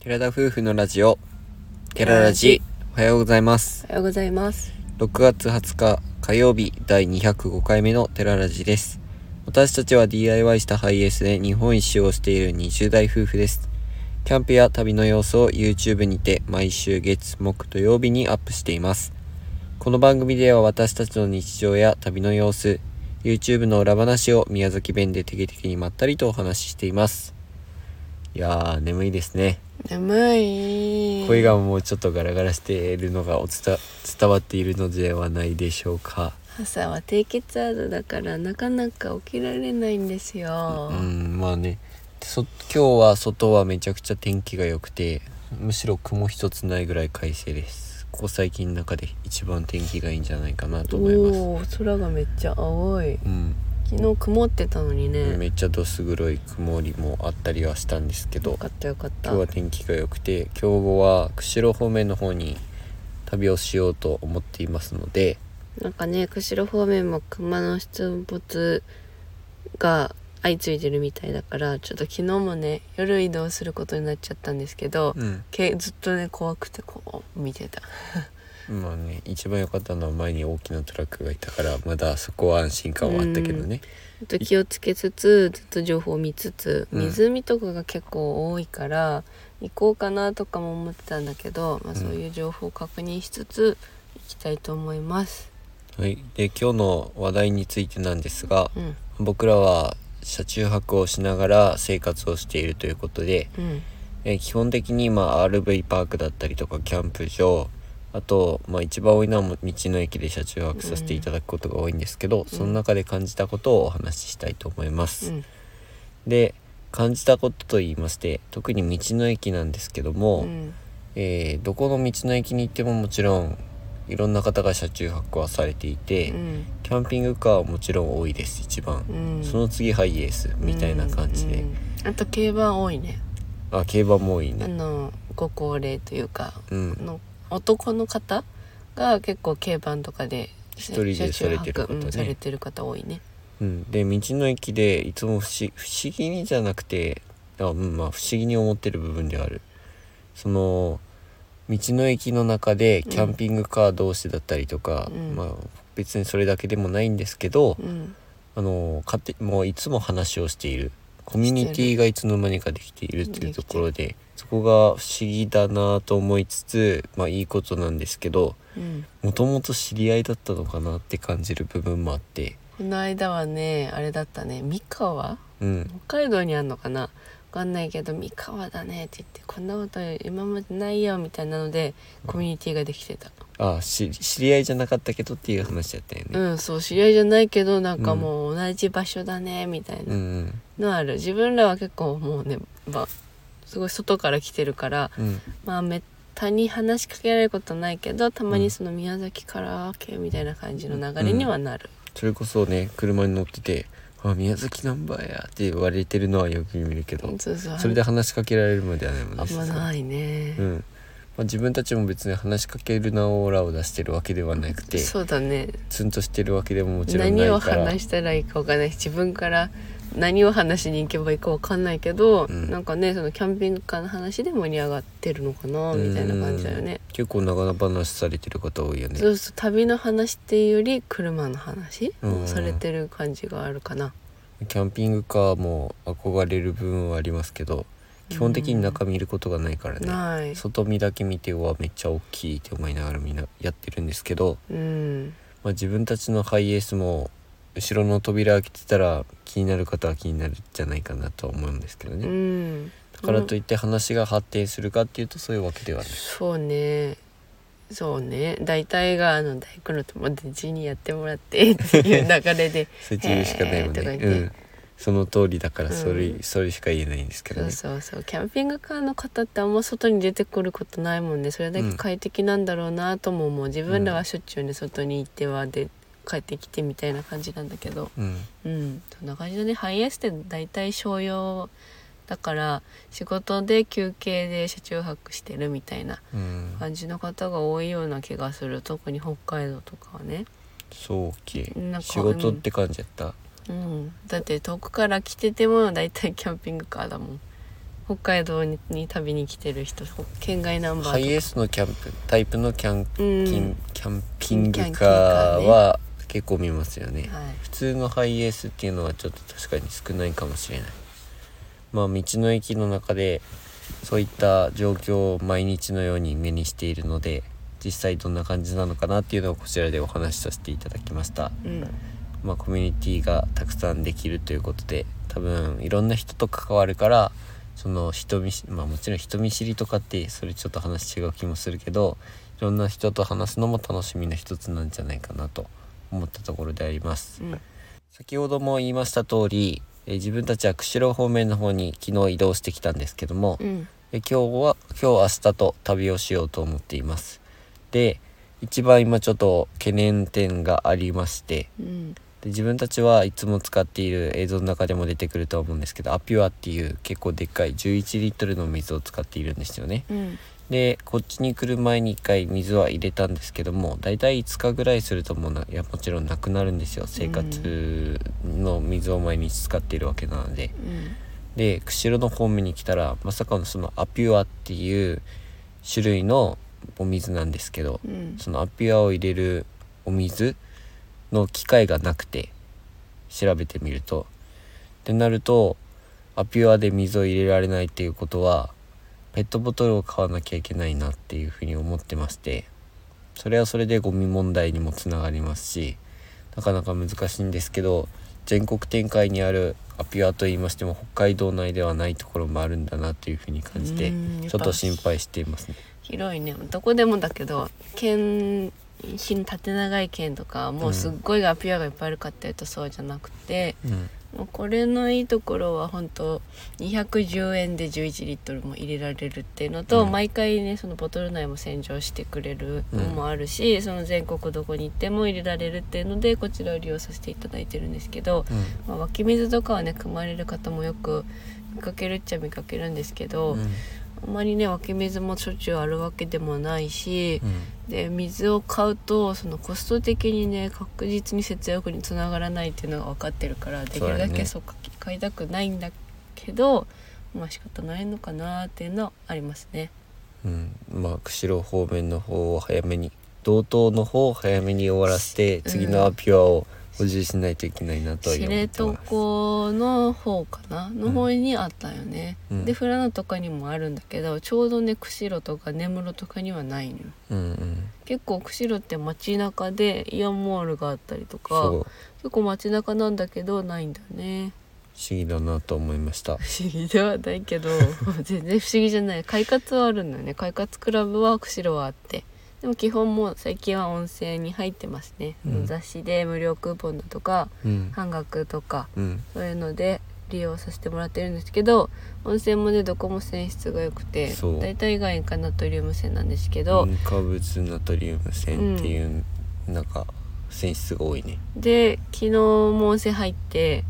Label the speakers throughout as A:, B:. A: 寺田夫婦のラジオ寺ラジおはようございます
B: おはようございます。
A: 6月20日火曜日第205回目の寺ラジです私たちは DIY したハイエースで日本一周をしている20代夫婦ですキャンプや旅の様子を YouTube にて毎週月木土曜日にアップしていますこの番組では私たちの日常や旅の様子 YouTube の裏話を宮崎弁でてけてけにまったりとお話ししていますいやー眠いですね
B: 眠い。
A: 声がもうちょっとガラガラしているのがお伝伝わっているのではないでしょうか
B: 朝は低血圧だからなかなか起きられないんですよ
A: う。んまあねそ今日は外はめちゃくちゃ天気が良くてむしろ雲一つないぐらい快晴ですここ最近の中で一番天気がいいんじゃないかなと思います
B: おお、空がめっちゃ青い。
A: うん、
B: 昨日曇ってたのにね。
A: めっちゃどす黒い曇りもあったりはしたんですけ
B: よ
A: ど
B: かったよかった。
A: 今日は天気が良くて今日は釧路方面の方に旅をしようと思っていますので
B: なんかね、釧路方面も熊の出没が相次いでるみたいだから、ちょっと昨日もね、夜移動することになっちゃったんですけど、
A: うん
B: けずっとね怖くてこう見てた。
A: まあね一番良かったのは前に大きなトラックがいたからまだそこは安心感はあったけどね
B: ちょっと気をつけつつずっと情報を見つつ
A: うん
B: 湖とかが結構多いから、行こうかなとかも思ってたんだけど、まあ、
A: うん
B: そういう情報を確認しつつ行きたいと思います。
A: はいで今日の話題についてなんですが
B: うん
A: 僕らは車中泊をしながら生活をしているということで、
B: うん
A: えー基本的にまあ RV パークだったりとかキャンプ場あと、まあ、一番多いのはもう道の駅で車中泊させていただくことが多いんですけど、その中で感じたことをお話ししたいと思います。
B: うん
A: で感じたことと言いまして特に道の駅なんですけども、
B: うん
A: えーどこの道の駅に行ってももちろんいろんな方が車中泊はされていて、
B: うん
A: キャンピングカーはもちろん多いです一番、
B: うん
A: その次ハイエースみたいな感じで、
B: うんあと競馬多いね。
A: あ競馬も多い
B: あ
A: ね
B: のご高齢というか
A: うん
B: の男の方が結構競馬とかで
A: 一人でされてる方ね
B: うんされてる方多いね。
A: うん、で道の駅でいつも不思不思議にじゃなくてあ、うんまあ、不思議に思ってる部分ではあるその道の駅の中でキャンピングカー同士だったりとか、
B: うん
A: まあ、別にそれだけでもないんですけど、
B: うん
A: あの勝手もういつも話をしているコミュニティがいつの間にかできているっていうところでそこが不思議だなと思いつつまあいいことなんですけど
B: うん
A: もともと知り合いだったのかなって感じる部分もあって
B: この間はねあれだったね三河
A: うん
B: 北海道にあるのかなわかんないけど三河だねって言ってこんなこと今までないよみたいなのでコミュニティができてた
A: あし知り合いじゃなかったけどっていう話だったよ
B: う
A: ね。
B: んそう知り合いじゃないけどなんかもう同じ場所だねみたい
A: うん、う
B: なんのある自分らは結構もうねばすごい外から来てるから
A: うん
B: まあめったに話しかけられることないけどたまにその宮崎から系みたいな感じの流れにはなる、
A: それこそね車に乗ってて「あ宮崎ナンバーや」って言われてるのはよく見るけど
B: そうそう
A: それで話しかけられるまではないもんね
B: あんまないね、
A: うんまあ、自分たちも別に話しかけるなオーラを出してるわけではなくて
B: そうだね
A: ツンとしてるわけでももちろんな
B: 何を
A: いから
B: 話したらいいかわかんないし自分から何を話しに行けばいいかわかんないけど、
A: うん
B: なんかねそのキャンピングカーの話で盛り上がってるのかなみたいな感じだよね。
A: うん結構長々話されてる方多いよね
B: そうすると旅の話っていうより車の話
A: うん
B: をされてる感じがあるかな。
A: キャンピングカーも憧れる部分はありますけど基本的に中見ることがないからね、
B: ない。
A: 外見だけ見てうわめっちゃ大きいって思いながらみんなやってるんですけど、
B: うん。
A: まあ、自分たちのハイエースも後ろの扉開けてたら気になる方は気になるんじゃないかなとは思うんですけどね、
B: うん。
A: だからといって話が発展するかっていうとそういうわけではない
B: そうね。そうね。大体があの大工の友達にやってもらってっていう流れで。
A: それ自由しかないもんね、
B: へーとか
A: う
B: 言って
A: んその通りだからそれ、
B: うん
A: それしか言えないんですけど
B: そう
A: ね
B: そうそうキャンピングカーの方ってあんま外に出てくることないもんねそれだけ快適なんだろうなとも思う自分らはしょっちゅうね外に行ってはで帰ってきてみたいな感じなんだけど
A: うん
B: うんそんな感じだねハイエースって大体商用だから仕事で休憩で車中泊してるみたいな
A: うん
B: 感じの方が多いような気がする特に北海道とかはね
A: そうき
B: なんか
A: 仕事って感じやった
B: うんだって遠くから来てても大体キャンピングカーだもん北海道にに旅に来てる人ほ県外ナンバ
A: ハイ
B: ー
A: エースのキャンプタイプのキャン
B: とか、う
A: キン、
B: ん
A: キャンピングカーは結構見ますよね、
B: はい、
A: 普通のハイエースっていうのはちょっと確かに少ないかもしれないまあ道の駅の中でそういった状況を毎日のように目にしているので実際どんな感じなのかなっていうのをこちらでお話しさせていただきました
B: うん
A: まあコミュニティがたくさんできるということで多分いろんな人と関わるからその人見知まあもちろん人見知りとかってそれちょっと話違う気もするけどいろんな人と話すのも楽しみの一つなんじゃないかなと思ったところであります
B: うん
A: 先ほども言いました通り、えー自分たちは釧路方面の方に昨日移動してきたんですけども、
B: うん
A: えー今日は今日明日と旅をしようと思っていますで一番今ちょっと懸念点がありまして
B: うん
A: で自分たちはいつも使っている映像の中でも出てくるとは思うんですけどアピュアっていう結構でっかい11リットルの水を使っているんですよね
B: うん
A: でこっちに来る前に1回水は入れたんですけどもだいたい5日ぐらいするともうないやもちろんなくなるんですよ生活の水を毎日使っているわけなので
B: うん
A: で釧路の方面に来たらまさかのそのアピュアっていう種類のお水なんですけど
B: うん
A: そのアピュアを入れるお水の機械がなくて調べてみるとってなるとアピュアで水を入れられないっていうことはペットボトルを買わなきゃいけないなっていうふうに思ってましてそれはそれでゴミ問題にもつながりますしなかなか難しいんですけど全国展開にあるアピュアと言いましても北海道内ではないところもあるんだなというふうに感じて
B: うんやっ
A: ちょ
B: ぱ
A: っと心配していますね。
B: 広いねどこでもだけど県日縦長い県とかもうすっごいアピアがいっぱいあるかっていうとそうじゃなくて、
A: うん
B: もうこれのいいところは本当210円で11リットルも入れられるっていうのと、
A: うん
B: 毎回ねそのボトル内も洗浄してくれる
A: う
B: の
A: ん
B: もあるし、その全国どこに行っても入れられるっていうのでこちらを利用させていただいてるんですけど、
A: う
B: まあ、湧き水とかはね組まれる方もよく見かけるっちゃ見かけるんですけど、
A: ん
B: あんまりね湧き水もしょっちゅうあるわけでもないし、
A: うん
B: で水を買うとそのコスト的にね確実に節約につながらないっていうのが分かってるからでき
A: そう
B: る
A: だ
B: だ
A: ね
B: けそうか買いたくないんだけどまあ仕方ないのかなっていうのはありますね。
A: うん、まあ釧路方面の方を早めに道東の方を早めに終わらせて次のアピュアを補充しないといけないなとは
B: 知
A: 思って
B: 床
A: ます。
B: の方かなの方にあったよね。
A: うん
B: で富良野とかにもあるんだけどちょうどね釧路とか根室とかにはないのよ。
A: うんうん、
B: 結構釧路って街中でイオンモールがあったりとか
A: そう
B: 結構街中なんだけどないんだよね。
A: 不思議だなと思いました。
B: 不思議ではないけど 全然不思議じゃない快活はあるんだよね快活クラブは釧路はあってでも基本もう最近は温泉に入ってますね、
A: うん
B: 雑誌で無料クーポンだとか
A: うん、
B: 半額とか
A: うん、
B: そういうので利用させてもらってるんですけど温泉もねどこも泉質が良くて
A: そう
B: 大体が塩化ナトリウム泉なんですけど、
A: 塩化物ナトリウム線っていう、なんか泉質が多いね。
B: で昨日も温泉入って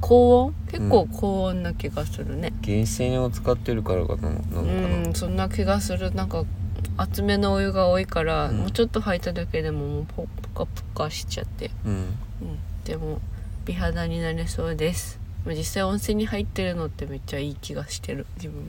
B: 高温結構高温な気がするね、
A: 源泉を使ってるからかななのかな。
B: うんそんな気がするなんか厚めのお湯が多いから、
A: うん
B: もうちょっと履いただけでももうポポカポカしちゃって、
A: うん、
B: うん、でも美肌になれそうです実際温泉に入ってるのってめっちゃいい気がしてる自分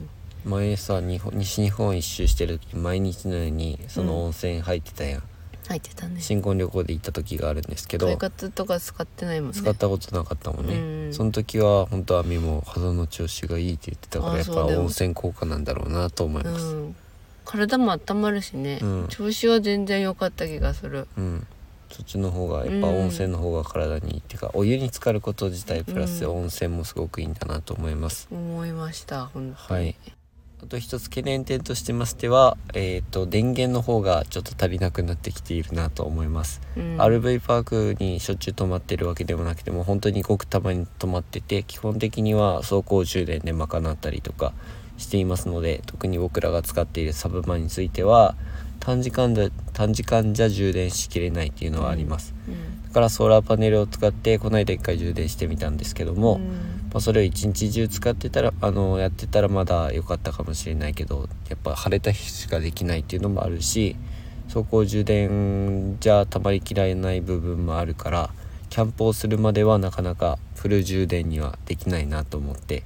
B: も
A: 前さ日本西日本一周してる時毎日のようにその温泉入ってたやん。
B: 入ってたね
A: 新婚旅行で行った時があるんですけど。
B: 生活とか使ってないもんね
A: 使ったことなかったもんね、
B: うん
A: その時は本当はみも肌の調子がいいって言ってたから
B: あ
A: やっ
B: そ
A: ぱ
B: うだよ
A: 温泉効果なんだろうなと思います
B: うん体も温まるしね、
A: うん
B: 調子は全然良かった気がする
A: うん、そっちの方がやっぱ
B: うん
A: 温泉の方が体にいいっていうかお湯に浸かること自体プラス
B: うん
A: 温泉もすごくいいんだなと思います、
B: 思いました本当
A: は
B: に、
A: いあと一つ懸念点としてましてはえっ、と電源の方がちょっと足りなくなってきているなと思います
B: うん、
A: RV パークにしょっちゅう泊まってるわけでもなくても本当にごくたまに泊まってて基本的には走行充電で賄ったりとかしていますので特に僕らが使っているサブマについては短時間で短時間じゃ充電しきれないっていうのはあります、
B: うん
A: だからソーラーパネルを使ってこの間一回充電してみたんですけども、
B: うん
A: まあ、それを一日中使ってたらあのやってたらまだ良かったかもしれないけどやっぱ晴れた日しかできないっていうのもあるし走行充電じゃたまりきられない部分もあるからキャンプをするまではなかなかフル充電にはできないなと思って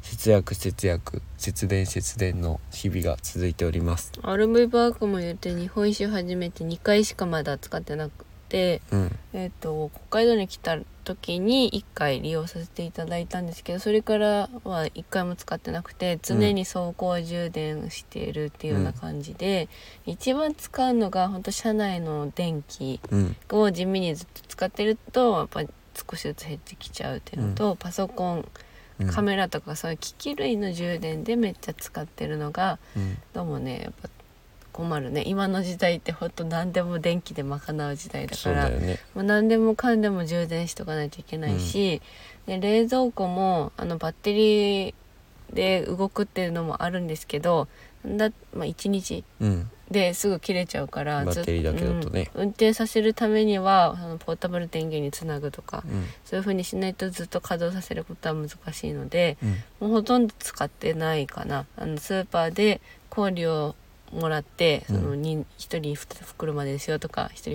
A: 節約節約節電節電の日々が続いております
B: アルミバークも言って日本酒初めて2回しかまだ使ってなくて、
A: うん
B: えっと北海道に来た時に1回利用させていただいたんですけどそれからは1回も使ってなくて常に走行充電しているっていうような感じで、一番使うのが本当車内の電気
A: うん
B: を地味にずっと使ってるとやっぱり少しずつ減ってきちゃうっていうのと、パソコン
A: うん
B: カメラとかそういう機器類の充電でめっちゃ使ってるのが
A: うん
B: どうもねやっぱ困るね今の時代ってほんと何でも電気で賄う時代だ
A: そ
B: か
A: う
B: ら
A: だよね
B: もう何でもかんでも充電しとかないといけないし、で冷蔵庫もあのバッテリーで動くっていうのもあるんですけどなんだ、まあ、1日
A: うん
B: ですぐ切れちゃうから
A: バッテリーだけだとね
B: うん運転させるためにはあのポータブル電源につなぐとか、
A: うん
B: そういう風にしないとずっと稼働させることは難しいので
A: うん
B: もうほとんど使ってないかなあのスーパーで氷をもらってその
A: う
B: に1人2袋までですよとか1人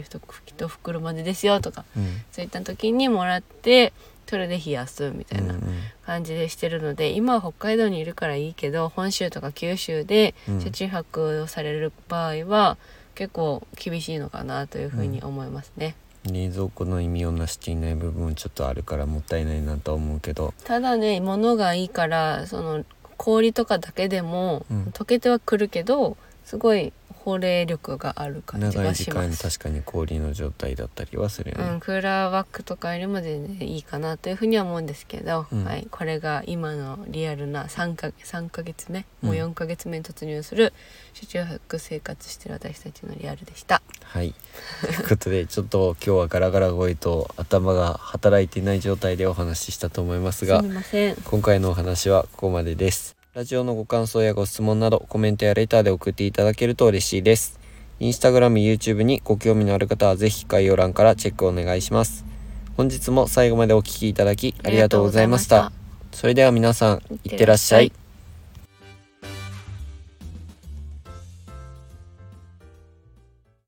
B: 1袋までですよとか
A: うん
B: そういった時にもらってそれで冷やすみた
A: う
B: い
A: んう
B: なん感じでしてるので今は北海道にいるからいいけど本州とか九州で
A: うん
B: 車中泊をされる場合は結構厳しいのかなというふうに思いますね。
A: 冷蔵庫の意味をなしていない部分もちょっとあるからもったいないなとは思うけど
B: ただね物がいいからその氷とかだけでも、
A: うん
B: 溶けてはくるけどすごい保冷力がある感じ
A: 長
B: が
A: い時
B: しま
A: 間
B: す。
A: 確かに氷の状態だったりはするよ
B: う
A: ね
B: ん、クーラーバッグとかよりも全然いいかなというふうには思うんですけど、
A: うん
B: はい、これが今のリアルな3か3ヶ月目
A: うん
B: もう4ヶ月目に突入する車中泊生活してる私たちのリアルでした
A: はい ということでちょっと今日はガラガラ声と頭が働いていない状態でお話ししたと思います
B: す
A: が
B: みません
A: 今回のお話はここまでですラジオのご感想やご質問などコメントやレターで送っていただけると嬉しいですインスタグラム YouTube にご興味のある方はぜひ概要欄からチェックお願いします本日も最後までお聴きいただきありがとうございました
B: ありがとうございま
A: それでは皆さんいってらっしゃ
B: いってらっし
A: い
B: ゃい